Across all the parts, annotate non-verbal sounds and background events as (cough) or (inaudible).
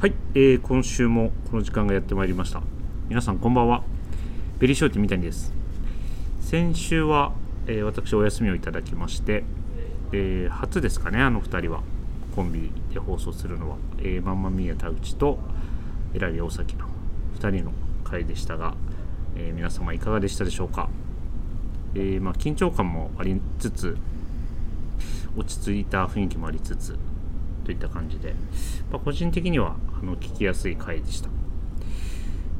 はい、えー今週もこの時間がやってまいりました皆さんこんばんはベリーショーティー三谷です先週は、えー私お休みをいただきまして、えー初ですかねあの2人はコンビで放送するのは、えーマンマミーヤ田内とエラリ大崎の2人の回でしたが、えー皆様いかがでしたでしょうか、えーまあ、緊張感もありつつ落ち着いた雰囲気もありつつといった感じで、まあ、個人的にはあの聞きやすい回でした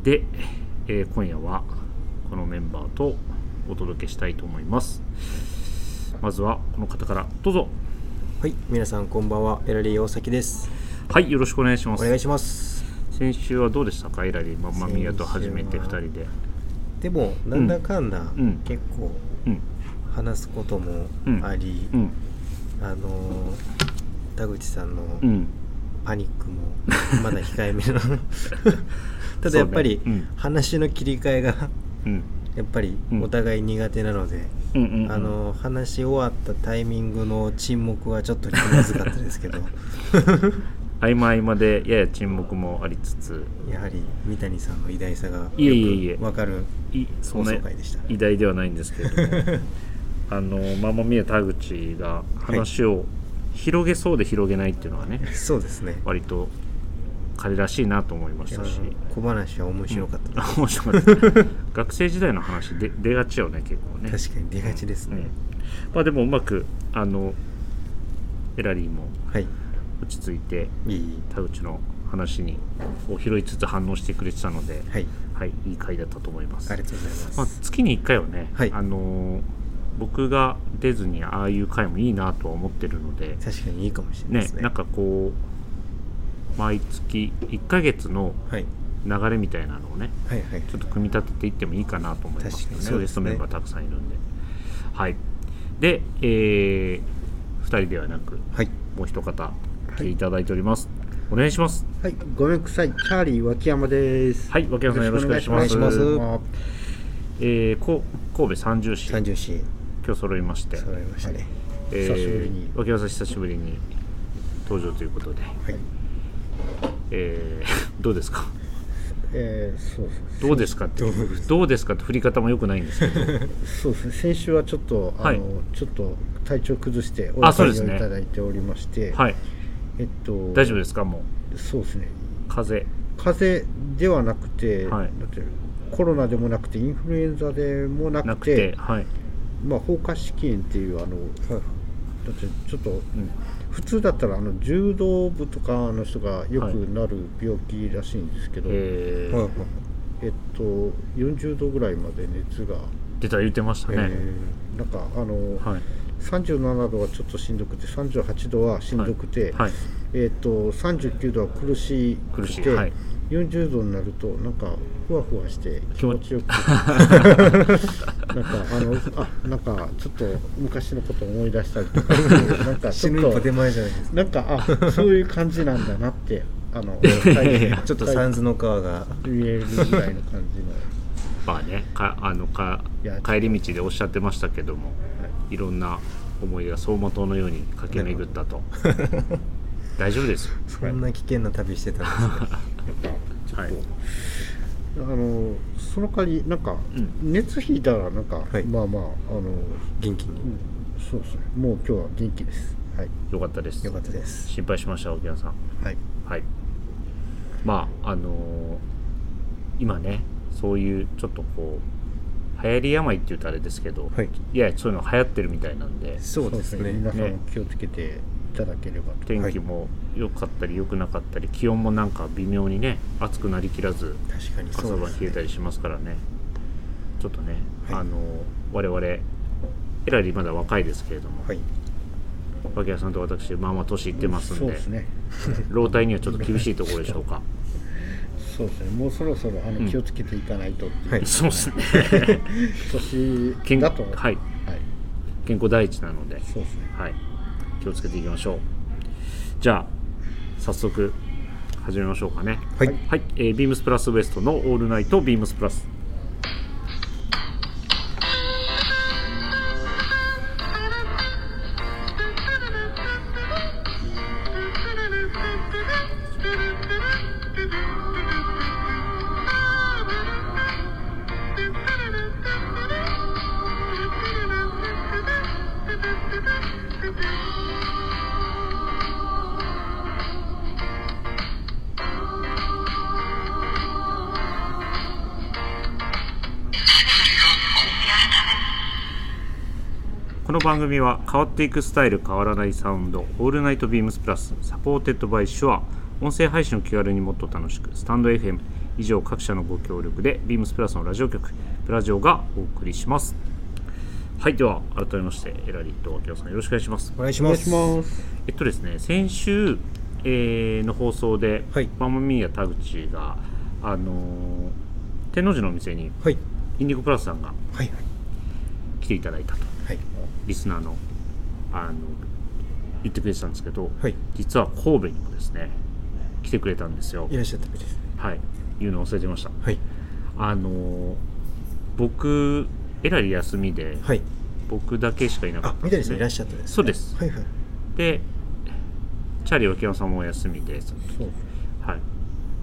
で、えー今夜はこのメンバーとお届けしたいと思いますまずはこの方からどうぞはい、皆さんこんばんは、エラリー大崎です。はいよろしくお願いしまおす願いします。先週はどうでしたかエラリーママミヤと初めて2先週は人ででも、なんだかんだ、うん結構うん話すこともあり、うんあのー田口さんのうんパニックもまだ控え (laughs) めな。ただやっぱり、そうねうん話の切り替えがうんやっぱりうんお互い苦手なので、うんうんうんあのー話し終わったタイミングの沈黙はちょっと気まずかったです (laughs) けど、合間合間でやや沈黙もありつつやはり三谷さんの偉大さがいえいえいえよくわかるいそ放んな送会でした。偉大ではないんですけれどもあのママミヤ田口が話を広げそうで広げないっていうのはね、 (laughs) そうですね。割と彼らしいなと思いまいしやたし小話は面白かったで面白かった学生時代の話 (laughs) で出がちよね結構ねす、確かに出がちですうんね、まあでもうまくあのエラリーもはい落ち着いていい田口の話にを拾いつつ反応してくれてたので、はいはい、いい回だったと思いますありがとうございます、まあ、月に1回はね、はいあのー僕が出ずにああいう回もいいなとは思ってるので、確かにいいかもしれないねですねなんかこう毎月1ヶ月のはい、流れみたいなのをねはいはいちょっと組み立てていってもいいかなと思います確かにねそうウエでスすトねメンバーたくさんいるんではいで、え2人ではなくはいもう一方来ていただいております、お願いしますはい、ごめんなさい、チャーリー脇山です。はい脇山さんよろしくお願いしますお願いしますえーこ神戸三重市三十四今日揃いまして揃いましたねえー久しぶりに脇山さん久しぶりに登場ということで、はいえー (laughs) どうですかえーそうどうですかってどうですどうですかって振り方もよくないんですけどそうそうですね、先週はちょっと、あの、はいちょっと体調崩して、おあそう休ですみをいねただいておりまして。はいえっと、大丈夫ですかもうす。そうですね、風邪風邪ではなくて、はいだってコロナでもなくて、インフルエンザでもななくくて。てはい、まあ、放火試験っていう、あの、だって、ちょっと。うん普通だったらあの柔道部とかの人がよくなる病気らしいんですけど、えーはいはいえっと、40度ぐらいまで熱が、出た言ってましたね、えーなんかあの、はい37度はちょっとしんどくて、38度はしんどくて、はいえっと39度は苦し苦く、していはい40度になると、なんかふわふわして気気持持ち (laughs) ちよく、なんかあのあなんかちょっと昔のこと思い出したり (laughs) とか、なんかち死ょぬ一歩っ手と、前じゃないですかなんかあそういう感じなんだなって、あ (laughs) のやちょっとサンズの川が言えるぐらいの感じの。まあねかあのかいや帰り道でおっしゃってましたけどもはいいろんな思いが走馬灯のように駆け巡ったと大丈夫ですよそんな危険な旅してたんですねはいあのその代わりなんか、うん熱引いたらなんか、はいまあまああの、元気うんにそうですねもう今日は元気ですはいよかったです良かったです心配しました沖縄さんはいはいまああのー今ねそういうちょっとこう流行り病って言うとあれですけど、はいいやそういうの流行ってるみたいなんでそうですね皆さんねも気をつけていただければと、天気も良かったり良くなかったり、気温もなんか微妙にね暑くなりきらず確かに朝そう晩で冷すえたねりしますからねちょっとね、はいあの我々エラリーまだ若いですけれども、はい脇屋さんと私まあまあ年いってますんで,、そうですね老体にはちょっと厳しいところでしょうかそうですねもうそろそろあの、うん気をつけていかないとっていう、はいそうですね年健だとはいはい、健康第一なので、そうですねはい、気をつけていきましょうじゃあ早速始めましょうかねはいはい、えー、ビームスプラスウエストの「オールナイトビームスプラス」 Thank you. この番組は変わっていくスタイル変わらないサウンド「オールナイトビームスプラス」サポーテッドバイシュア音声配信を気軽にもっと楽しくスタンド FM 以上各社のご協力でビームスプラスのラジオ局プラジオがお送りしますはいでは改めましてエラリーと秋尾さんよろしくお願いしますお願いしお願まいしすますえっとですね先週、えーの放送で、はいママミーヤ田口があのー天王寺のお店にはいインディゴプラスさんがはい来ていただいたとはいリスナーのあの言ってくれてたんですけど、はい実は神戸にもですね来てくれたんですよいらっしゃったみたいですはいいうのを忘れてましたはいあの僕えらり休みで、はい僕だけしかいなかっあたんみたいでですすねねいらっしゃったですそうですはいはいでチャーリー脇山さんもお休みでそうはい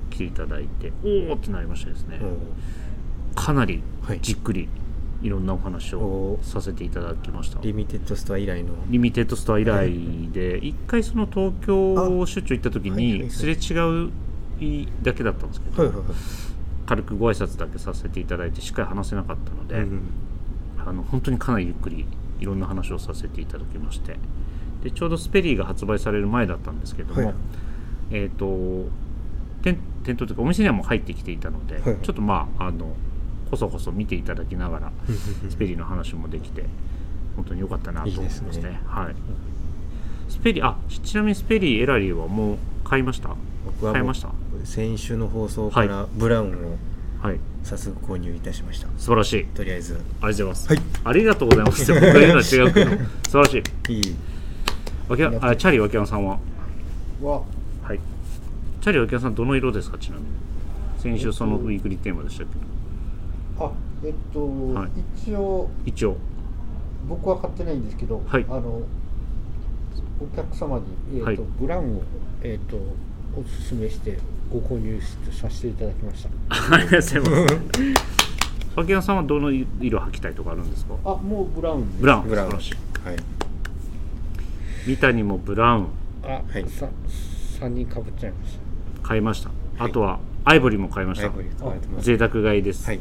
来ていただいておおってなりましてですね、うんかなりはいじっくりいろんなお話をおーさせていただきましたリミテッドストア以来のリミテッドストア以来で一回その東京出張行った時あはいはいはにいすれ違うだけだったんですけはいどはいはい軽くご挨拶だけさせていただいてしっかり話せなかったので、うんあの本当にかなりゆっくりいろんな話をさせていただきましてでちょうどスペリーが発売される前だったんですけども、はいえっ、と店店頭というかお店にはもう入ってきていたので、はいちょっとまああのこそこそ見ていただきながらうんうんうんスペリーの話もできて本当に良かったなと思いますねいいですねはい、スペリーあちちなみにスペリーエラリーはもう買いました僕は買いもましたう先週の放送からブラウンをはい早速購入いたしました素晴らしいとりあえずありがとうございます、はいありがとうござい (laughs) ます僕が言うのは違うけど素晴らしいいいわけあチャーリー脇山さんはわはいチャーリー脇山さんどの色ですかちなみに先週そのウィークリーテーマでしたけどあえっと、はい一応一応僕は買ってないんですけど、はいあのお客様に、えーとはいブラウンを、えー、とおすすめしてご購入しさせていただきましたありがとうございます (laughs) 脇山さんはどの色履きたいとかあるんですかあもうブラウンですブラウンブラウン素は晴らしいい三谷もブラウンあ、はいさ3人かぶっちゃいまし買いましたあとはアイボリーも買いましはいたこれ使われてます贅沢買いです、はい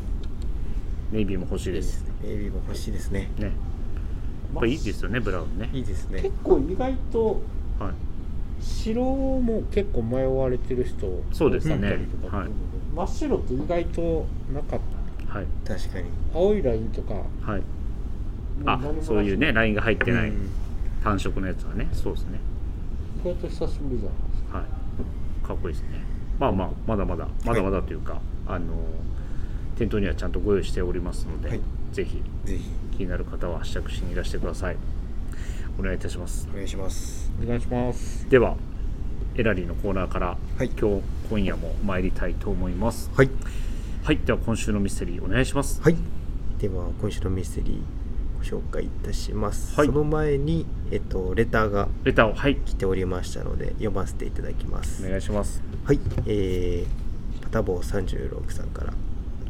ネイビーも欲しいいいでですすねエビも欲しいですねねやっぱいいですよねブラウンねいいですたね結構意外とはい白も結構迷われてる人そうですね多かったりとかはい真っ白って意外となかったはい確かに青いラインとかはいもあう何もなしそういうねラインが入ってないうん単色のやつはねそうですねこうやって久しぶりじゃないですかはい、かっこいいですね。まあまあ、まだまだ、まだまだというか、あの。店頭にはちゃんとご用意しておりますので、はいぜひぜひ気になる方は試着しにいらしてください。お願いいたしますお。願いしますお願いしますでは、エラリーのコーナーから、はい今日、今夜も参りたいと思います。はいはい、では、今週のミステリーお願いします。はいでは今週のミステリーご紹介いたします、はいその前にえっとレターがレターを、はい、来ておりましたので読ませていただきますお願いします。はい、えー、パタボー36さんから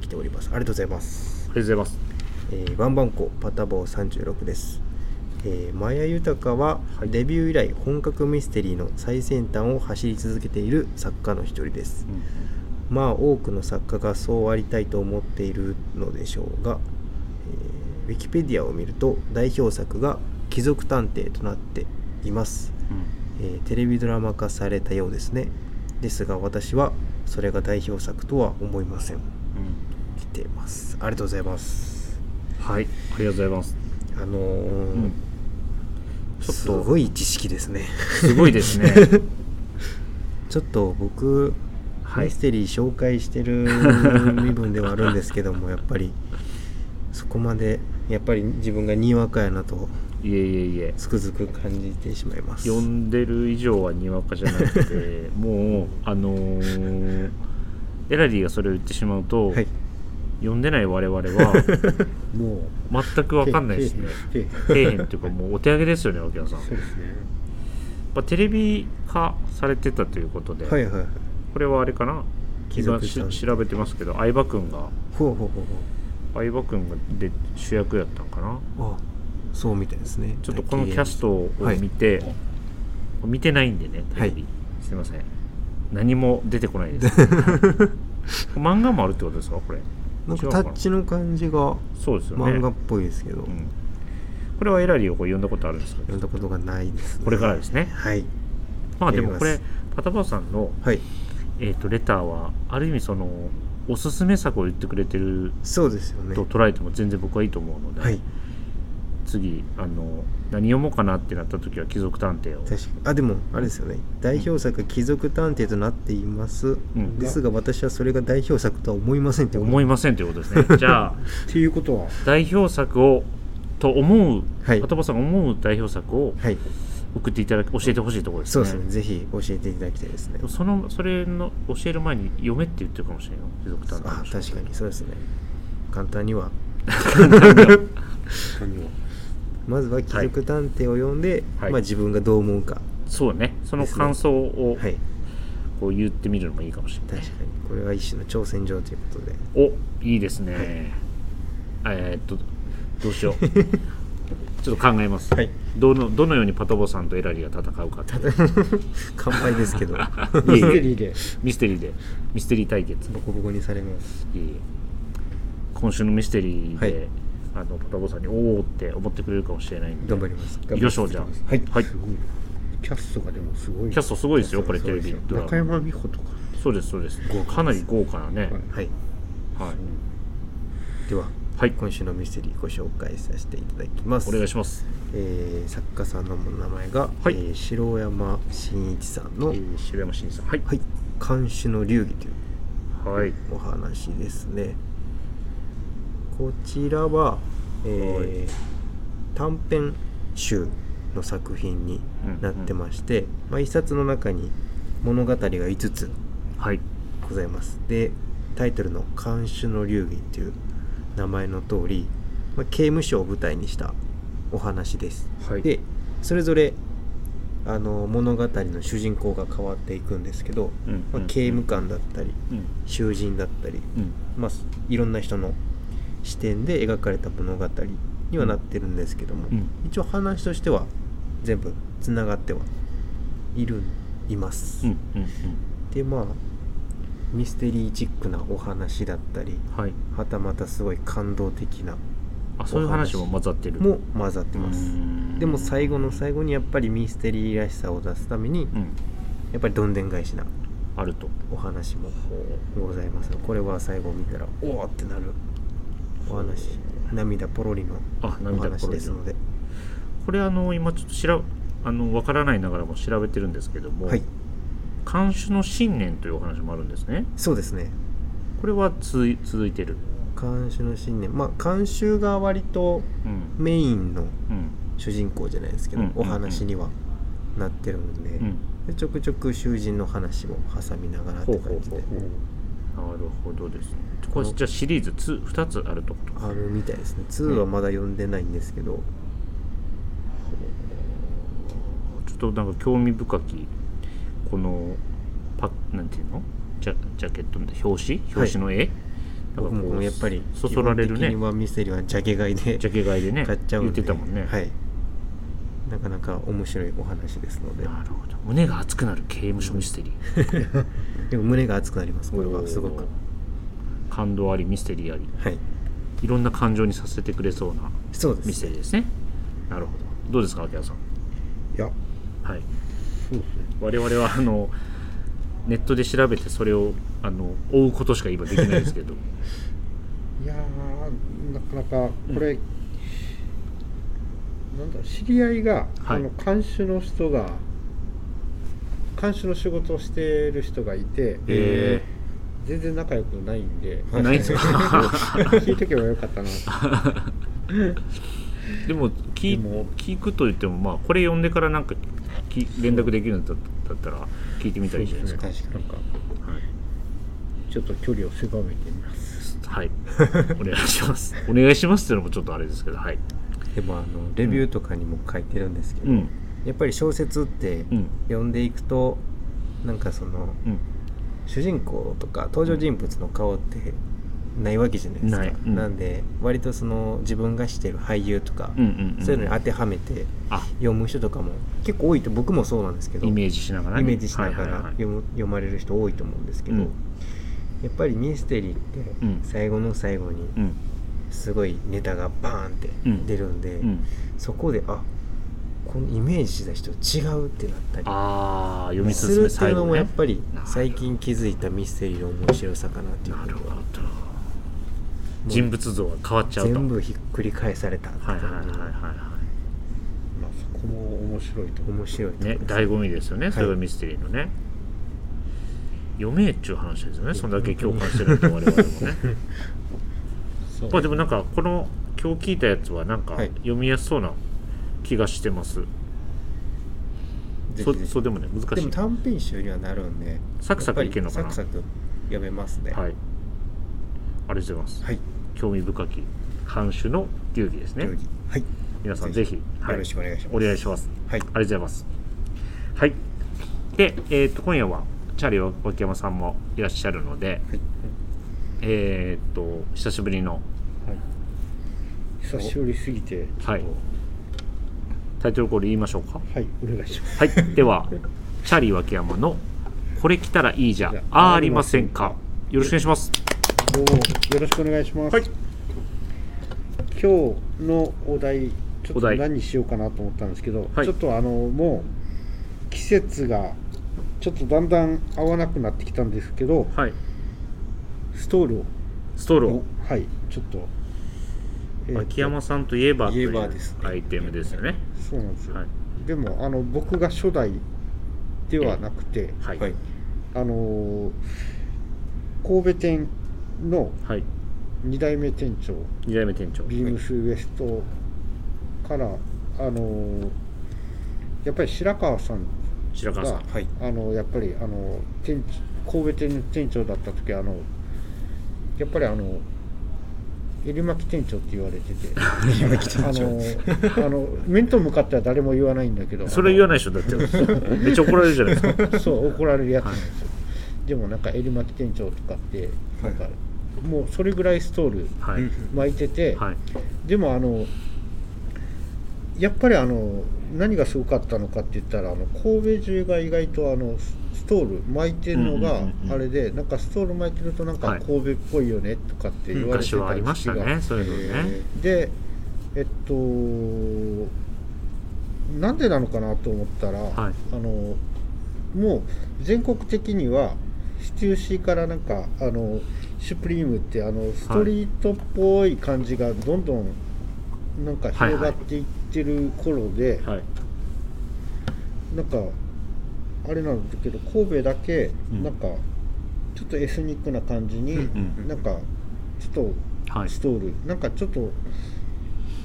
来ております。ありがとうございまあす。りがとうございます。えー、ワンバンコパタボー36です。えー、マヤ豊ははいデビュー以来本格ミステリーの最先端を走り続けている作家の一人です。うんまあ多くの作家がそうありたいと思っているのでしょうが、えー、ウィキペディアを見ると代表作が「貴族探偵」となっています。えーテレビドラマ化されたようですねですが私はそれが代表作とは思いませんうんうん来てますありがとうございますはい、ありがとうございます。あのーうんちょっとすごい知識で (laughs) すねすごいです (laughs) ね。ちょっとはい僕、ミステリー紹介してる身分ではあるんですけどもやっぱりそこまでやっぱり自分がにわかやなといえいえいえ。つくづく感じてしまいます読んでる以上はにわかじゃなくてもうあのーエラリーがそれを言ってしまうと、はい読んでない我々 (laughs) はもう全く分かんないですね底辺底辺っていうかもうお手上げですよね脇野さん、まそうですねあ、テレビ化されてたということで、はいはいはいこれはあれかな貴今族し探偵調べてますけど相葉君がほうほうほう相葉君がで主役やったんかなほうあそうみたいですねちょっとこのキャストを見て、見てないんでねテレビ、はすいません何も出てこないです漫画もあるってことですかこれなん違かうタのッチの感じがそうですよね漫画っぽいですけど、うんこれはエラリーをこう読んだことあるんですか読んだことがないです、これからですねはいまあでもこやれりパタパタさんの、はいえー、とレターはある意味そのおすすめ作を言ってくれてるそうですよねと捉えても全然僕はいいと思うので、はい次あの何読もうかなってなった時は貴族探偵を確かにあでもあれですよね代表作「貴族探偵」となっています、うんですが私はそれが代表作とは思いませんって思いいませんということです (laughs) ねじゃあっていうことは代表作をと思う、はいパタパタさんが思う代表作をはい送っていただき教えてほしいところですそうねですねぜひ教えていただきたいですねでもそのそれの教える前に読めって言ってるかもしれないよ貴族探偵あの人確かにそうですね簡単には何をまずは貴族探偵を読んで、はいまあ、自分がどう思うか (laughs) そうねその感想をはいこう言ってみるのもいいかもしれない、確かにこれは一種の挑戦状ということでおいいですね、えーっとどうしようちょっと考えます、はいどのどのようにパトボさんとエラリーが戦うかっていう乾杯で (laughs) すけどミいえいスえテリーでミステリーでミステリー対決ボコボコにされますいえいえ今週のミステリーで、はいあのパトボさんにおおって思ってくれるかもしれないんで頑張ります行きましょうじゃあはいはいすごいなキャストがでもすごいキャストすごいですよこれキャストがすごいテレですビドラマ中山美穂とかそうですそうですかなり豪華なねはいはい、でははい今週のミステリーご紹介させていただきますお願いしますえー作家さんの名前が、はいえー城山真一さんの、えー白山新さんはいはい「監守の流儀」というはいお話ですねこちらは、えー短編集の作品になってまして、まあ、一冊の中に物語が5つはいございますでタイトルの「監守の流儀」という名前の通り、まあ、刑務所を舞台にしたお話です、はいでそれぞれあの物語の主人公が変わっていくんですけど、うんまあ、刑務官だったりうん囚人だったり、うんまあ、いろんな人の視点で描かれた物語にはなってるんですけども、うん一応話としては全部つながってはいるいます、うんうんでまあミステリーチックなお話だったりうんはいはたまたすごい感動的なあそういう話も混ざってるも混ざってますうんでも最後の最後にやっぱりミステリーらしさを出すためにうんやっぱりどんでん返しなあるとお話もございますこれは最後見たらおおってなるお話涙ポロリのあお涙話これですのでこれあの今ちょっとしらあのわからないながらも調べてるんですけども、はい監守の信念というお話もあるんですねそうですねこれはつい続いてる監修の信念まあ監修が割とうんメインのうん主人公じゃないですけど、うんうんうんお話にはなってるので、うんでちょくちょく囚人の話も挟みながらっほうてほう感じほうでほうなるほどですねこれじゃあシリーズ 2, 2つあるってことかあるみたいですね2はまだ読んでないんですけど、ちょっとなんか興味深きこのパなんていうのジャジャケットの表紙表紙の絵、僕なんかこうもやっぱりそそられる基本ね的にはミステリーはジャケ買いでジャケ買いでね買っちゃう言んっでてたもんね、はいなかなか面白いお話ですのでなるほど胸が熱くなる刑務所ミステリー (laughs) でも胸が熱くなりますこれはすごくおー感動ありミステリーありはいいろんな感情にさせてくれそうなそうでミスすテリーですねなるほどどうですか秋葉さんいやはいそうですね我々はあのネットで調べてそれをあの追うことしか今できないですけどいやーなかなかこれ、なんだろう知り合いが、はいあの看守の人が看守の仕事をしている人がいて、え全然仲良くないんで、ー、ないんですか (laughs) 聞いとけばよかったなでも聞でも聞くと言ってもまあこれ読んでからなんかき連絡できるんだっただったら聞いてみたらいいじゃないですか確かなんにかちょっと距離を狭めてみますはい、はい、お願いしますお願いしますっていうのもちょっとあれですけどはいでもあのレビューとかにも書いてるんですけど、うんやっぱり小説ってうん読んでいくとなんかそのうん主人公とか登場人物の顔ってないわけじゃないですかないうんんで割とその自分がしてる俳優とか、うんうん、うん、そういうのに当てはめてあ読む人とかも結構多いと僕もそうなんですけどイメージしながらね、イメージしなはがいはいらはい読む読まれる人多いと思うんですけど、うんやっぱりミステリーっうてん最後の最後にうんすごいネタがバーンってうん出るんで、うん、そこであこのイメージした人違うってなったりああ読みす進るめってい最うの後もやっねぱりなるほど最近気づいたミステリーの面白さかなっていうなるほはど人物像が変わっちゃうと全部ひっくり返されたってはいはいはい感じのはいはまあ、そこも面白いと思う面白いいとこねろです醍醐味ですよね、いそれがミステリーのね読めえっちゅう話ですよねそんだけ共感してると我々もねそ (laughs) うまあでもなんかこの今日聞いたやつはなんかはい読みやすそうな気がしてます、ぜそひぜひそうでもね難でしいも短編集にはなるんでサクサクいけるのかなやっぱりサクサク読めますねはいありがとうございます、はい興味深き監修の流儀ですね料理はい皆さんぜひぜはいよろしくお願いしますお願いしますはいありがとうございます。はい。で、えっ、と、今夜は、チャーリー脇山さんもいらっしゃるので、はいえっ、と、久しぶりの、久しぶりすぎてはい。タイトルコール言いましょうか。はいお願いしますはい。 (laughs) では、チャーリー脇山の、これ来たらいいじゃん、ありませんか。よろしくお願いします。どうもよろしくお願いします、はい今日のお題ちょっおと題何にしようかなと思ったんですけど、はいちょっとあのもう季節がちょっとだんだん合わなくなってきたんですけどはい。ストールをストロおはいちょっと、えーー。と脇山さんといえばとい言えばうですねアイテムですよね。そうなんですよ、はい。でもあの僕が初代ではなくて、はい。はいあのー神戸店のはい。 2代目店長二代目店長。ビームスウエストから、あのーやっぱり白川さん白川さん。はいあのやっぱりあの店神戸店の店長だった時あのやっぱりあの襟巻店長って言われてて襟巻あ店長のあの面と向かっては誰も言わないんだけどそれ言わなないでしょ、だって。めっちゃ怒られるじゃないですか。い (laughs) そう怒られるやつなんですよ、でもなんか襟巻店長とかってなんか、はいもうそれぐらいストールはい。うん巻いてて、はい。でもあのやっぱりあの何がすごかったのかって言ったらあの神戸中が意外とあのスストール巻いてるのうんがうんうんうんあれで、なんかストール巻いてるとなんはかい神戸っぽいよねとかって言われ昔てたはありましたね、そういうのね。でえっとなんでなのかなと思ったら、はいあのもう全国的にはシテューシーからなんかあのシュプリームってあのストリートっぽい感じがどんどんなんか広がっていってる頃で、はい。なんかあれなんだけど神戸だけうんなんかちょっとエスニックな感じに、うんうんなんかちょっとはい。ストール、なんかちょっと、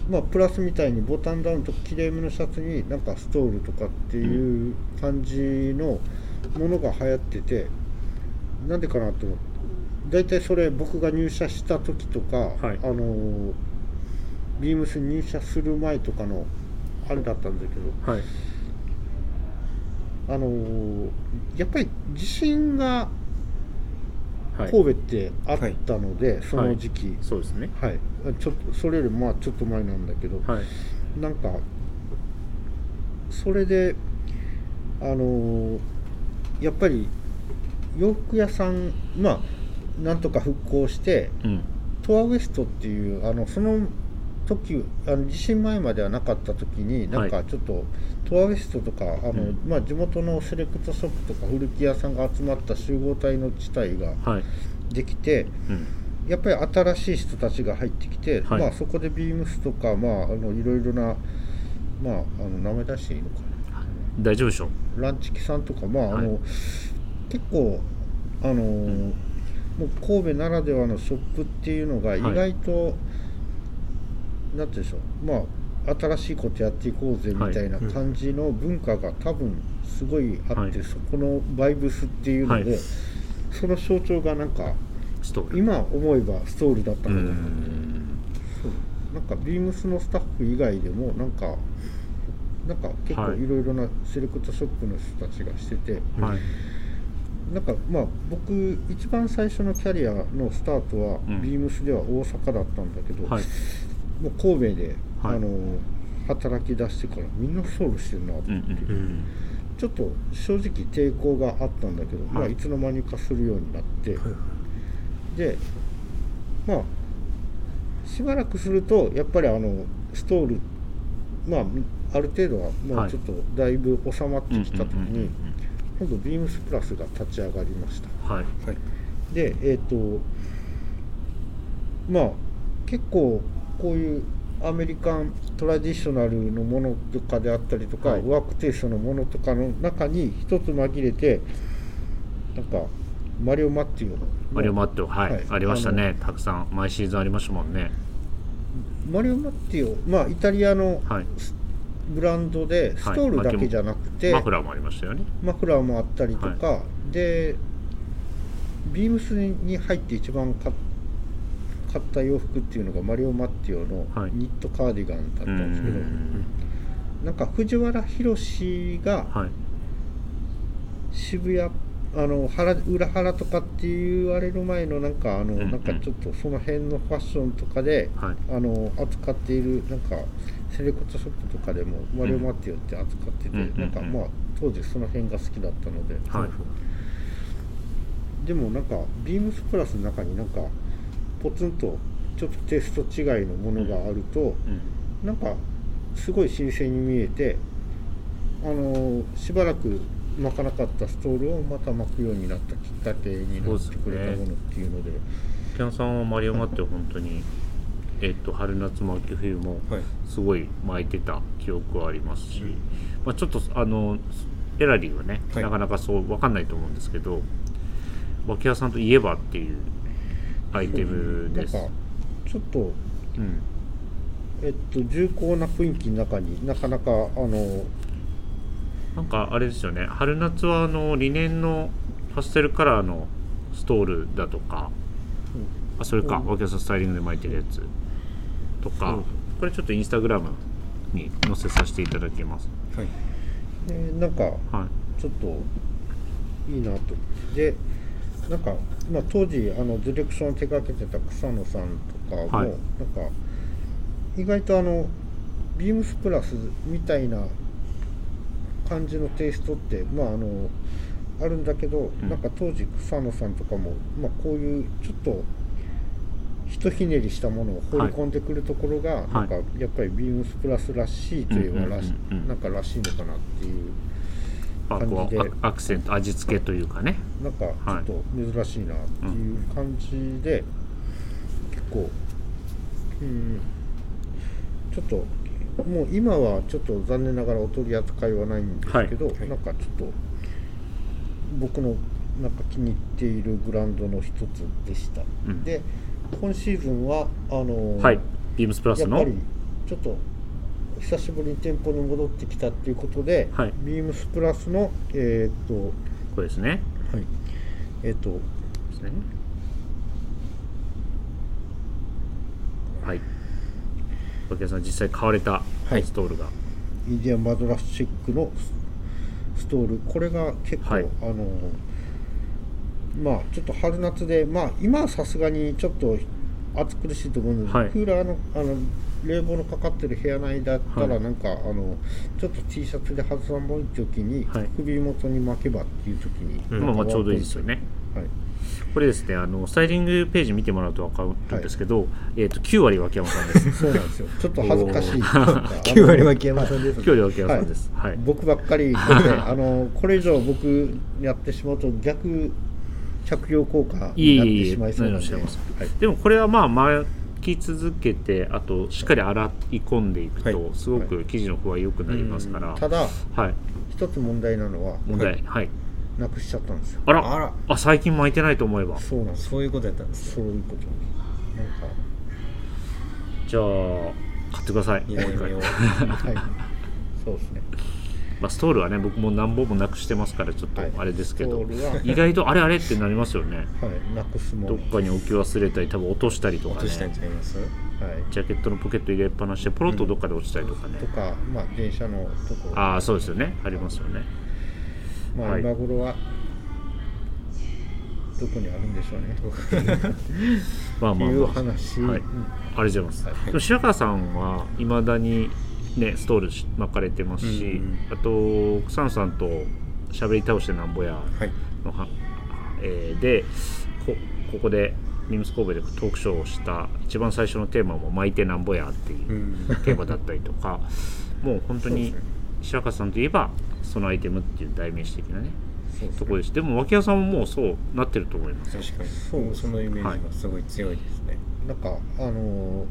まあ、プラスみたいにボタンダウンときれいめのシャツになんかストールとかっていう感じのものが流行っててなんでかなと思って大体それ僕が入社した時とか、はいあのービームスに入社する前とかのあれだったんだけどはい。あのーやっぱり地震がはい。神戸ってあったので、その時期、そうですね。はい、ちょっとそれよりまあちょっと前なんだけど、はい。なんかそれであのーやっぱり洋服屋さんまあなんとか復興してうん。トアウエストっていうあのその時あの地震前まではなかった時になんはかいちょっと、トアウエストとかあうの、んまあ、地元のセレクトショップとか古着屋さんが集まった集合体の地帯がはい。できて、うん。やっぱり新しい人たちが入ってきて、はいまあ、そこでビームスとか、まあ、あのいろいろな、まあ、あの名前出していいのか大丈夫でしょう。なランチキさんとか、まああのはい結構あのー、んもう神戸ならではのショップっていうのがい意外と、なんて言うんでしょう、まあ、新しいことやっていこうぜみたいなはいうん感じの文化が多分すごいあって、はいそこのバイブスっていうので、はいその象徴がなんかストーリー。今思えばストールだったうのかな。ん。なんかビームスのスタッフ以外でもなんかなんか結構はいいろいろなセレクトショップの人たちがしてて、はい。なんかまあ僕一番最初のキャリアのスタートはうんビームスでは大阪だったんだけど、はい。もう神戸で、はいあの働き出してからみんなソールしてるなって、うんうんううん。んちょっと正直抵抗があったんだけど、いまはあ、いいつの間にかするようになって、はいでまあしばらくするとやっぱりあのストールまあある程度はもはういちょっとだいぶ収まってきた時うんうんうんうんに今度ビームスプラスが立ち上がりましたはいはいでえっ、とまあ結構こういうアメリカントラディショナルのものとかであったりとか、はいワークテイストのものとかの中に一つ紛れてなんかマリオ・マッティオのマリオマットはい、はいありましたあねたくさん毎シーズンありましたもんねマリオ・マッティオ、まあ、イタリアのはいブランドでストールだけじゃなくて、マフラーもありましたよねマフラーもあったりとか、でビームスに入って一番買っ買った洋服っていうのがマリオ・マッティオはのいニットカーディガンだうったんうんんですけど、うんなんか藤原宏がはい渋谷あの原裏原とかって言われる前のなんかあの、うんうんなんかちょっとその辺のファッションとかで、はいあの扱っているなんかセレクトショップとかでもマリオ・マッティオって扱ってうて、んうんうんなんかまあ当時その辺が好きだったので、はいでもなんかビームスプラスの中になんかポツンとちょっとテイスト違いのものがあると、うんなんかすごい新鮮に見えてあのしばらく巻かなかったストールをまた巻くようになったきっかけになってくれたものっていうのでキャンさんはマリオマット本当にえっと春夏も秋冬もはいすごい巻いてた記憶はありますし、まあ、ちょっとあのエラリーはね、はいなかなかそう分かんないと思うんですけど脇屋さんといえばっていうアイテムなでんす。かちょっとうんえっと、重厚な雰囲気の中になかなかあのなんかあれですよね春夏はあのリネンのパステルカラーのストールだとかあそれか、うん脇屋さんスタイリングで巻いてるやつとか、うんこれちょっとインスタグラムに載せさせていただきます。はいでなんかはいちょっといいなとでなんか、まあ、当時あのディレクションを手掛けてた草野さんとかも、はいなんか意外とあのビームスプラスみたいな感じのテイストってまああのあるんだけど、うんなんか当時草野さんとかも、まあ、こういうちょっとひとひねりしたものを放り込んでくるところが、いなんかやっぱりビームスプラスらしいといえばらし、うんうんうんうんなんからしいのかなっていう。まあこ感じでうアアクセント味付けというかねなんかちょっと珍しいなっていう感じで、結構うんちょっともう今はちょっと残念ながらお取り扱いはないんですけど、はいはいなんかちょっと僕のなんか気に入っているブランドの一つでした、うんで今シーズンはあのーはいビームスプラやスっのぱりちょっと久しぶりに店舗に戻ってきたっていうことで、はいビームスプラスのえーっとこれですねはい。えっ、と、ですねはい脇屋さん実際買われたはいストールが、インディアン・マドラスチックのスストール、これが結構、はいあの、まあ、ちょっと春夏で、まあ、今はさすがにちょっと暑苦しいと思うので、はいクーラーの、あの、冷房のかかってる部屋内だったはら、いなんか、あの、ちょっと T シャツで肌寒い時に、はい首元に巻けばっていう時に、うんまあまあちょうどいいですよねはい。これですねあのスタイリングページ見てもらうと分かるんですけど、えー、と9割脇山さんです (laughs) そうなんですよ。ちょっと恥ずかしい。おなんか (laughs) 9割は木山さんです9割脇山さんですはい、僕ばっかりなんであのこれ以上僕やってしまうと逆着用効果いえいにえなっていえしまいそうなので何をおっしゃいますはいでもこれはまあ巻き続けてあとしっかり洗い込んでいくと、はいすごく生地の具合良くなりますから、ただはい一つ問題なのは問題はいなくしちゃったんですよあらああら最近巻いてないと思えばそうなんですそういうことやったんですそういうことなじゃあ買ってくださいいやいやいもうや一回んかはいそうですねまあ、ストールはね僕も何本もなくしてますからちょっとはいあれですけど、ストールは意外とあれあれってなりますよねはいなくすものどっかに置き忘れたり多分落としたりと落かとしたんねちゃいますはいジャケットのポケット入れっぱなしでポロッとどっかで落ちたりとかね、とかまあ電車のとこああそうですよねありますよねまはあい今頃はどこにあるんでしょうねまあまあ、っていうまあ、話はいうんありがとうございます、でも白川さんはいまだにねストールし巻かれてますし、うんあと草野さんと喋り倒してなんぼやはいのは、えーでこここでニムス神戸でトークショーをした一番最初のテーマも「巻いてなんぼや」っていううんテーマだったりとかもう本当にそうですね白川さんといえばそのアイテムっていう代名詞的なねそうですとねころですでも脇屋さんももうそうなってると思いますよ確かにそそうですねうそのイメージがすごい強いですね、なんかあのー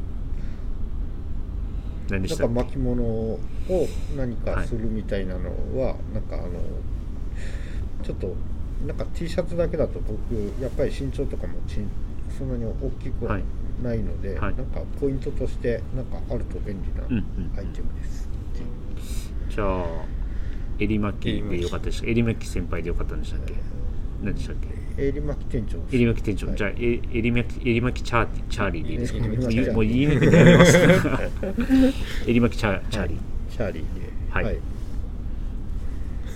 何でなしんたかっけ巻物を何かするみたいなのは、なんかあのちょっとなんか T シャツだけだと僕やっぱり身長とかもちんそんなに大きくははいないので、はいなんかポイントとしてなんかあると便利なうんうんアイテムです。じゃあ襟巻きでよかったでした襟巻き先輩でよかったんでしたっけ何でしたっけ襟巻き店長襟巻き店長、はいじゃあえ襟巻き襟巻きチャーリーチャーリーでいいですか襟巻きもうチャーリーもう言いにくいんでやめ (laughs) ます襟巻きチャーチャーリー、シャーリーで、はい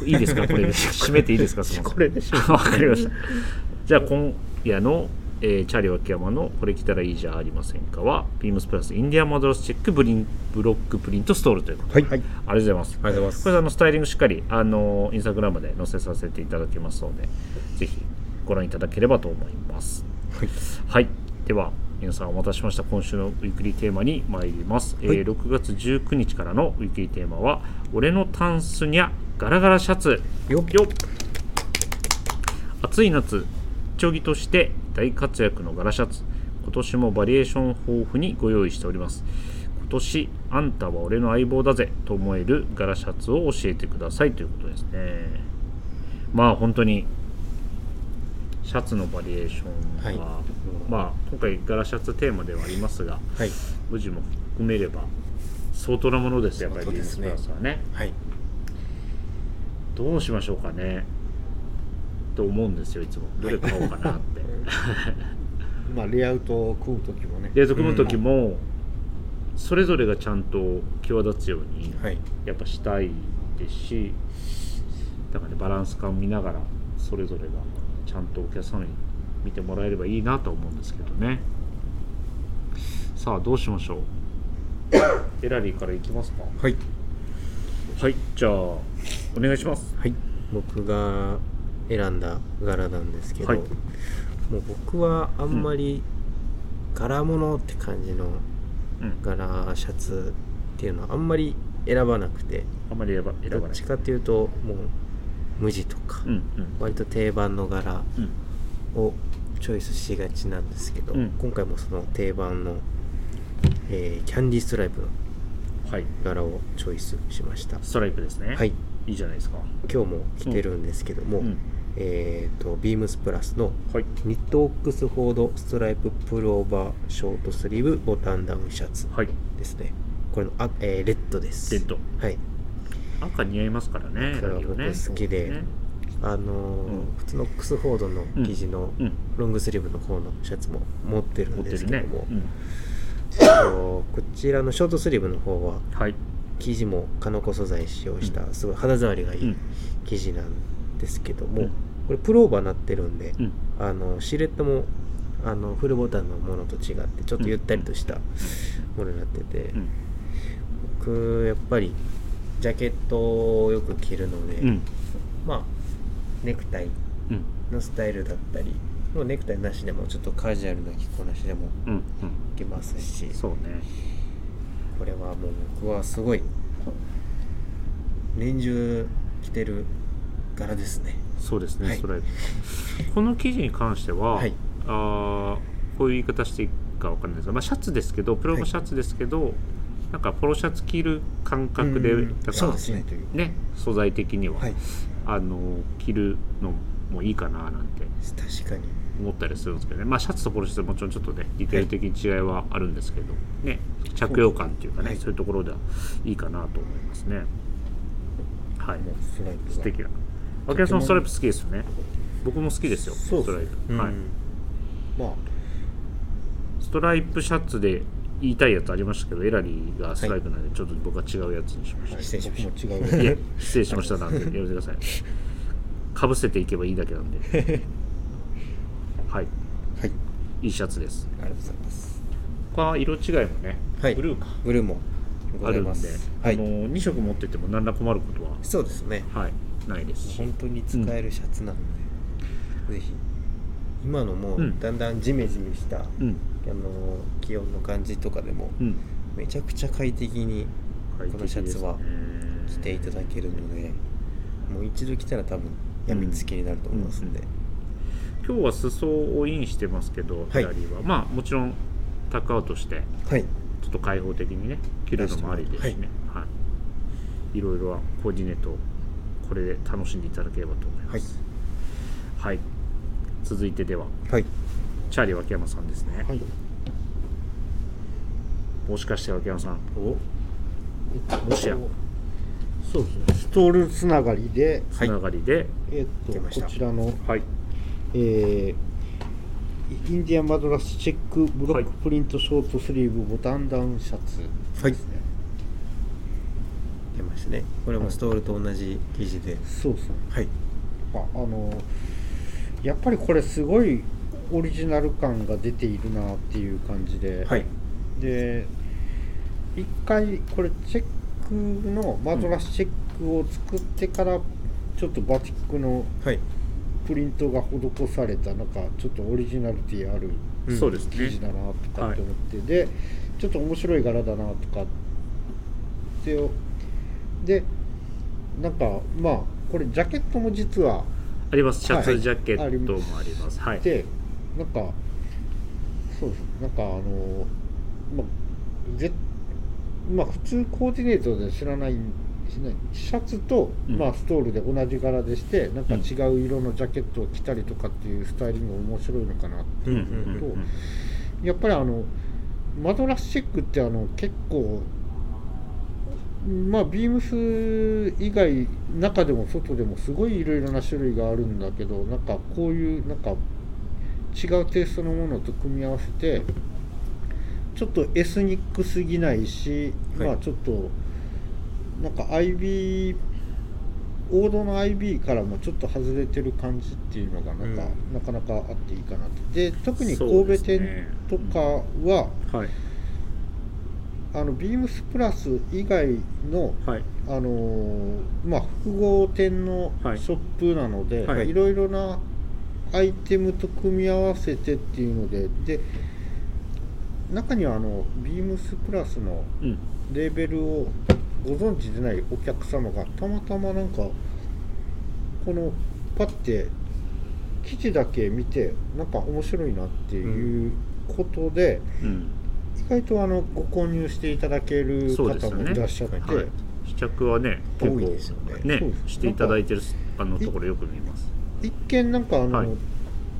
い、いですかこれで締めていいですかそもそもこれで締めてわかりましたじゃあ今夜の、えーチャーリー脇山の「これ着たらいいじゃありませんか」はビームスプラスインディアンマドロスチェックブリンブロックプリントストールということで、はいありがとうございますありがとうございますこれあのスタイリングしっかりあのインスタグラムで載せさせていただきますのでぜひご覧いただければと思いますはいはい、では皆さんお待たせしました今週のウィークリーテーマに参ります、えはいー6月19日からのウィークリーテーマは「俺のタンスにゃガラガラシャツ」よっよっ暑い夏長着として大活躍のガラシャツ今年もバリエーション豊富にご用意しております今年あんたは俺の相棒だぜと思えるガラシャツを教えてくださいということですねまあ本当にシャツのバリエーションが、はまあ今回ガラシャツテーマではありますがはい無事も含めれば相当なものですよやっぱそうりビーでムスすプラスねはねはいどうしましょうかねと思うんですよいつもどれ買おうかな (laughs) ってまあレイアウトを組む時もね冷蔵庫の時もそれぞれがちゃんと際立つようにはいやっぱしたいですしだからねバランス感を見ながらそれぞれがちゃんとお客さんに見てもらえればいいなと思うんですけどねさあどうしま (coughs) しょうエラリーからいきますかはいはいじゃあお願いしますはい、僕が選んだ柄なんですけど、はいもう僕はあんまり柄物って感じのうん柄シャツっていうのはあんまり選ばなくてあんまり選ば選ばどないっちかっていうともう無地とか、うんうん割と定番の柄うんをチョイスしがちなんですけど、うん今回もその定番の、えーキャンディーストライプのはい柄をチョイスしましたストライプですねはいいいじゃないですか今日も着てるんですけども、うんえっ、とビームスプラスのはいニットオックスフォードストライププルオーバーショートスリーブボタンダウンシャツはいですねこれのあ、えーレッドですレッドはい赤似合いますからねこれは僕ね好きでねあのーうん普通のオックスフォードの生地のうんロングスリーブの方のシャツも持ってる持んってでするけねども、うんあのーこちらのショートスリーブの方ははい生地もかのこ素材使用した、うすごい肌触りがいうんい生地なんですけども、うんこれプルオーバーになってるんで、うんあのシルエットもあのフルボタンのものと違ってちょっとゆったりとしたものになってて、うん僕やっぱりジャケットをよく着るので、うんまあネクタイうんのスタイルだったりもうネクタイなしでもちょっとカジュアルな着こなしでもうんいけますしうんそうねこれはもう僕はすごい年中着てる柄ですねそうですね、はいストライプこの記事に関しては、はいあーこういう言い方していいかわかんないですが、まあ、シャツですけどプロはもいシャツですけど、なんかポロシャツ着る感覚でうんだかそうらですねというね素材的には、はいあの着るのもいいかななんて確かに思ったりするんですけどね、まあ、シャツとポロシャツはもちろんちょっとねディテール的に違いはあるんですけど、ね、着用感っていうかね、はいそういうところではいいかなと思いますねはいもうストライプが素敵な明さんもストライプ好きですよね僕も好きですよそうストライプ、うんはい、まあストライプシャツで言いたいやつありましたけどエラリーがストライプなんで、ちょっと僕は違うやつにしました、失礼しました僕も違いうえ失礼しましたなんでやめてくださいかぶせていけばいいだけなんではいはいいいシャツですありがとうございます他色違いもね、はいブルーかブルーもごあざるいんで、ますあはいの2色持ってても何ら困ることは、そうですねはい、ないですし本当に使えるシャツなので、ぜひ今のもううんだんだんジメジメした、うんあの気温の感じとかでもうんめちゃくちゃ快適に快適このシャツはです着ねていただけるのでもう一度着たら多分やみつきになると思いますんで、今日は裾をインしてますけどはい左は、まあもちろんタックアウトしてはいちょっと開放的にね着るのもありですしね、はいい、ろいろコーディネートをこれで楽しんでいただければと思いますはい、続いてでははいチャーリー脇山さんですね、はいもしかして脇山さんおもしやそうですねストールつながりでつながりでえっと出ましたこちらのはい、えーインディアンマドラスチェックブロックプリントショートスリーブボタンダウンシャツはいですね、出ましたねこれもストールと同じ生地でそうですねはいああのやっぱりこれすごいオリジナル感が出ているなっていう感じで、はいで一回これチェックのマドラスチェックを作ってからちょっとバティックのはいプリントが施されたなんかちょっとオリジナリティあるうんそうです記事だねなとかって思って、でちょっと面白い柄だなとかってでなんかまあこれジャケットも実はありますシャはツいジャケットもありますはい、でなんかそうですなんかあのまあぜまあ普通コーディネートで知らないしないシャツと、うんまあ、ストールで同じ柄でしてなんかうん違う色のジャケットを着たりとかっていうスタイリングも面白いのかなってういんううんのと、うんうんやっぱりあのマドラスチェックってあの結構まあビームス以外中でも外でもすごいいろいろな種類があるんだけどなんかこういうなんか違うテイストのものと組み合わせてちょっとエスニックすぎないし、はいまあちょっとなんか IB 王道の IB からもちょっと外れてる感じっていうのがなんか、うなかなかあっていいかなってで特にそうで神す戸ね店とかは、はいあのビームスプラス以外のはいあのーまあ、複合店のはいショップなので、、はいいろいろなアイテムと組み合わせてっていうのでで中にはあのビームスプラスのうんレーベルをご存知でないお客様がたまたまなんかこのパッて記事だけ見てなんか面白いなっていうことで。うん意外とあのご購入していただけるそうです方よねもいらっしゃって、はい、試着はね多結い構ですよねねそうですしていただいてるあのところよく見ます一見なんかあの、はい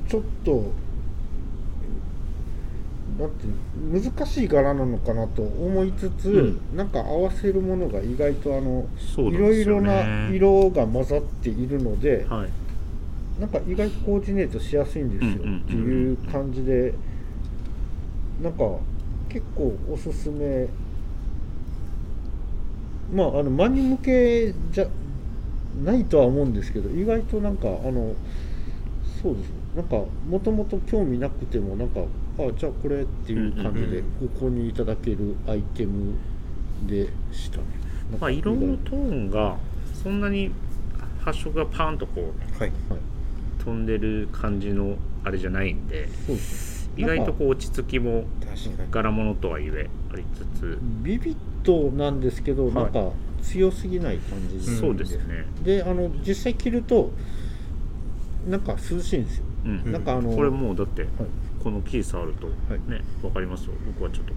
ちょっとなんていうの難しい柄なのかなと思いつつ、うんなんか合わせるものが意外とあのそういなんろでいすよろねな色が混ざっているので、はいなんか意外とコーディネートしやすいんですようんうんうんうんっていう感じでなんか結構おすすめまああの万人向けじゃないとは思うんですけど意外となんかあのそうですねなんかもともと興味なくてもなんかあじゃあこれっていう感じでうんご購入いただけるアイテムでしたね。なんまかあ、意色外のトーンがそんなに発色がパーンとこはい、はいう飛んでる感じのあれじゃないんでそうですね意外とこう落ち着きも確かに柄物とはいえありつつ、ビビットなんですけど、はいなんか強すぎない感じんそうですね、であの実際着るとなんか涼しいんですよ、うんうんなんかあのこれもうだってはいこのキー触るとはいね、わかりますよ僕はちょっとこ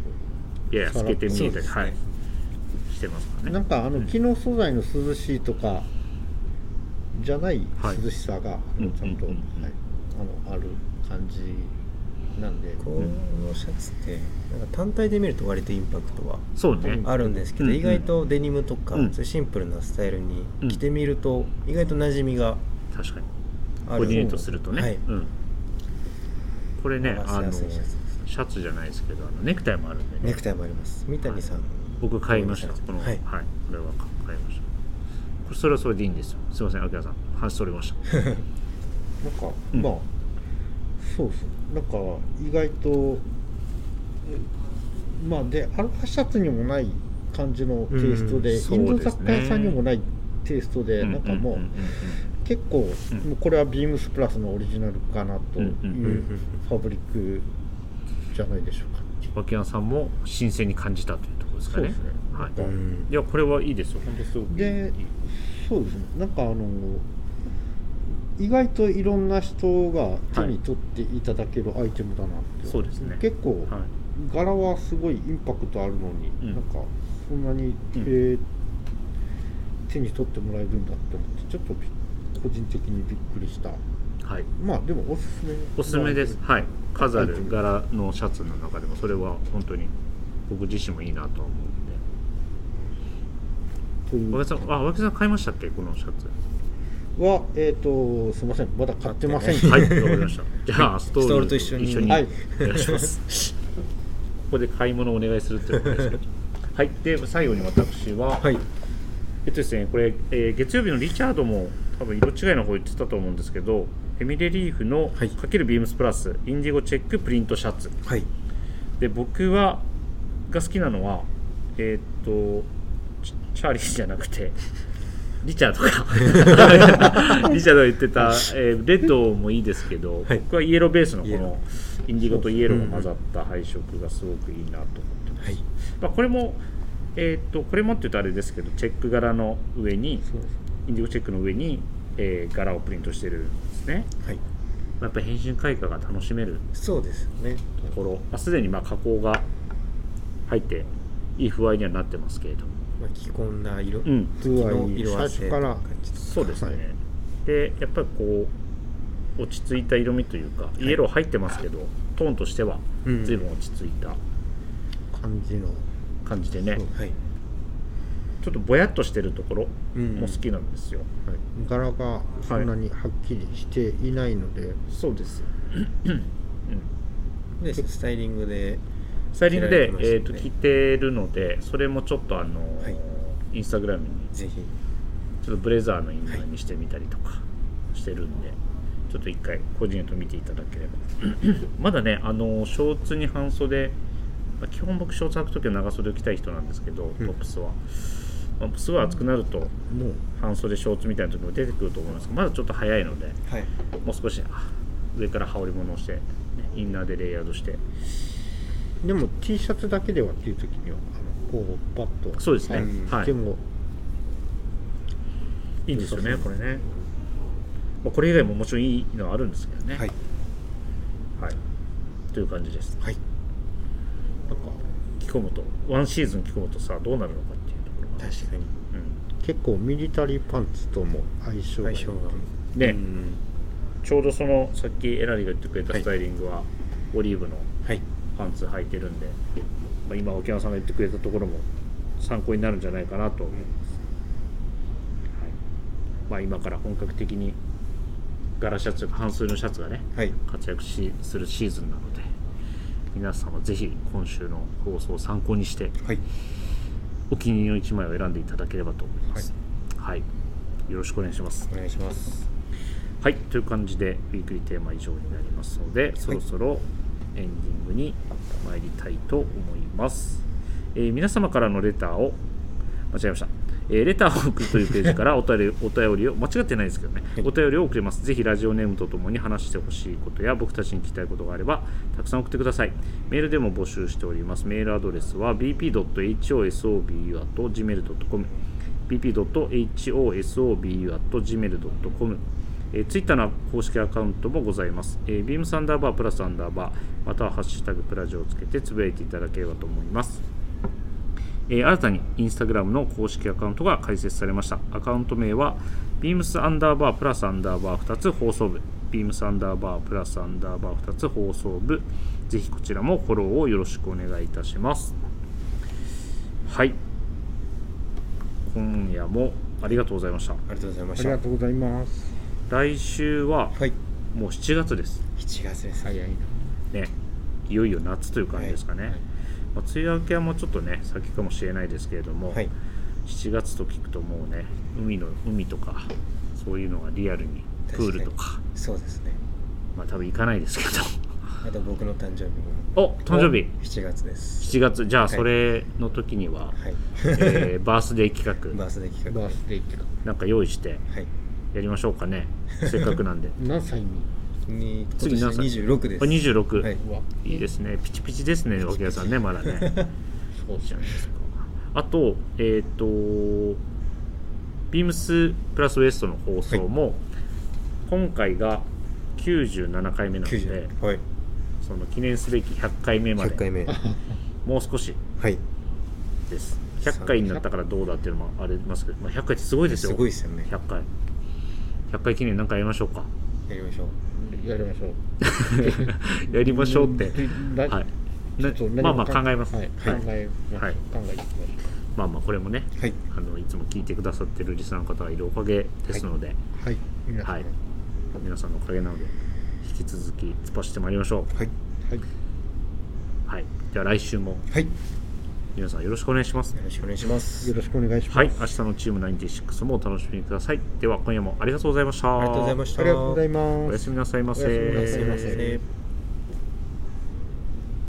うややさ透らっけて見えそうたでり、すねはい、してますからなねんかあの機能素材の涼しいとかじゃないはい涼しさが、あうのんちゃんと、うんうんうんはいあのある感じなんでこのシャツってなんか単体で見ると割とインパクトはそうねあるんですけど、うん意外とデニムとか、うんそういうシンプルなスタイルにうん着てみると、意外と馴染みが確かにコあーるディネートするとね、はいうん、これね合わせあのやすシいシャツですャツじゃないですけどあのネクタイもあるんでねネクタイもあります三谷さん、僕買いましたごめんなさいこのははいい、これは買いましたこれそれはそれでいいんですよすいません明さん話それましたなんか、うんまあそうそうなんか意外とえまあでアロハシャツにもない感じのテイストうで、んインそうドですね雑貨屋さんにもないテイストで、なんかもううんうんうんうん結構、うんもうこれはビームスプラスのオリジナルかなというんうんうんうんうファブリックじゃないでしょうか。脇山さんも新鮮に感じたというところですかね。そうですねはいうんいやこれはいいですよ。本当すごくいいでそうですねなんかあの意外といろんな人が手に取っていただけるアイテムだなって、そうですね結構、はい柄はすごいインパクトあるのに、うんなんかそんなに、うんえー手に取ってもらえるんだって思ってちょっとびっ個人的にびっくりしたはい。まあでもおすすめおすすめです。はい。数あアイテるム柄のシャツの中でもそれは本当に僕自身もいいなとは思うんで。という脇山さんあ脇山さん買いましたっけこのシャツ。はえっ、とすいませんまだ買ってませんはい、わかりま (laughs) した。じゃあ、ストストーールルとと一一緒緒ににはいお願いし (laughs) ます。ここで買い物をお願いするということですけど。はい、で、最後に私は、はいえっとですね、これ、えー月曜日のリチャードも多分色違いの方言ってたと思うんですけど、エミレリーフのはいかけるビームスプラス、インディゴチェックプリントシャツ。はいで、僕は、が好きなのは、えーっと、チチャーリーじゃなくて、 (laughs) リチャードか (laughs) リチャードが言ってた、えーレッドもいいですけど、はい僕はイエローベースのこイエのロインディゴとイエローが混ざった配色がすごくいいなと思ってます、はいまあ、これも、えー、とこれもって言うとあれですけどチェック柄の上にそうですインディゴチェックの上に、えー柄をプリントしてるんですねはいまあやっぱり変身開花が楽しめるそうですねところ、まあ、すでにまあ加工が入っていい不合にはなってますけれどもまあ着込んだ色うん具合の色合わせ最初から感じとそうですね、はいでやっぱりこう落ち着いた色味というか、イエロー入ってますけどトーンとしてはうん随分落ち着いた感じの感じでね、そうはいちょっとぼやっとしてるところうんも好きなんですよ、はい、柄がそんなにはっきりしていないので、そうです、うん、でスタイリングでスタイリングで、着られてましたえねー、と着てるのでそれもちょっとあのー、はいインスタグラムにぜひちょっとブレザーのインナーにしてみたりとかしてるんで、ちょっと一回個人と見ていただければ (clears throat) まだねあのショーツに半袖、まあ、基本僕ショーツ履く時は長袖を着たい人なんですけどうんトップスは、まあすごい暑くなるともう半袖ショーツみたいな時も出てくると思いますけどまだちょっと早いのではいもう少しあ上から羽織り物をして、ねインナーでレイヤードしてでも T シャツだけではっていう時にはあのこうパッとそうですねははいい、でもいいんですよねこれね、まあ、これ以外ももちろんいいのはあるんですけどねはいはい、という感じですはいなんか着込むとワンシーズン着込むとさどうなるのかっていうところが、確かに結構ミリタリーパンツとも相性がい相い性がうん、で、うんちょうどそのさっきエラリーが言ってくれたはいスタイリングは、オリーブのはいパンツ履いてるんで、まあ、今沖縄さんが言ってくれたところも参考になるんじゃないかなと思います、はいまあ、今から本格的に柄シャツ半数のシャツがねはい活躍しするシーズンなので皆さんはぜひ今週の放送を参考にしてはいお気に入りの一枚を選んでいただければと思います。はい、よろしくお願いしますお。願いしますはい、という感じでウィークリーテーマ以上になりますので、そろそろエンディングに参りたいと思います。えー皆様からのレターを間違えました。えーレターを送るというページ (laughs) からお便りお便りを間違ってないですけどね、はいお便りを送れますぜひラジオネームとともに話してほしいことや僕たちに聞きたいことがあればたくさん送ってくださいメールでも募集しておりますメールアドレスは bp.hosobu.gmail.com bp.hosobu.gmail.com えー、ツイッターの公式アカウントもございます。えー、ビームサンダーバープラスアンダーバー、またはハッシュタグプラジオをつけてつぶやいていただければと思います。えー新たにインスタグラムの公式アカウントが開設されましたアカウント名は beams アンダーバープラスアンダーバー2つ放送部 beams アンダーバープラスアンダーバー2つ放送部ぜひこちらもフォローをよろしくお願いいたしますはい今夜もありがとうございましたありがとうございまあしりたがとうございます来週ははいもう7月です7月です早いなねいよいよ夏という感じですかね、まあ、梅雨明けはもうちょっとね先かもしれないですけれども、はい7月と聞くともうね海の海とかそういうのがリアルに確プかにールとかそうですねまあ多分行かないですけあと僕の誕生日ど (laughs) お誕生日も7月です7月じゃあはいそれの時には、はいえー (laughs) バースデー企バ画ースデー企画バースデー企なんか用意してはいやりましょうかねせっかくなん (laughs) で何歳にに今次年何歳26ですあ26、はいは、いいですねピチピチですね脇屋さんねまだねそうじゃないですか。あとえっ、とビームスプラスウエストの放送も、今回が97回目なので90はいその記念すべき100回目ま100回で目はもう少しいです100回になったからどうだっていうのもありますけど、まあ、100回ってすごいですよすごいですよね100回100回記念なんかやりましょうかやりましょうやりましょう。やりましょうってなはいちょっと何もまあまあ考えますはい、考はいえます。はい考えていきましょまあまあこれもねはいあのいつも聞いてくださってるリスナーの方がいるおかげですので、う。はい、皆さん。ははいい。皆さんのおかげなので引き続き突っ走ってまいりましょはいう、はい、では来週もはいよ皆さんよろしくお願いしますろしくお願いしますよろしくお願いします。はい明日のチーム96もお楽しみくださいでは今夜もありがとうございましたありがとうございましたありがとうございます。おやすみなさいませおやすみなさせいまーの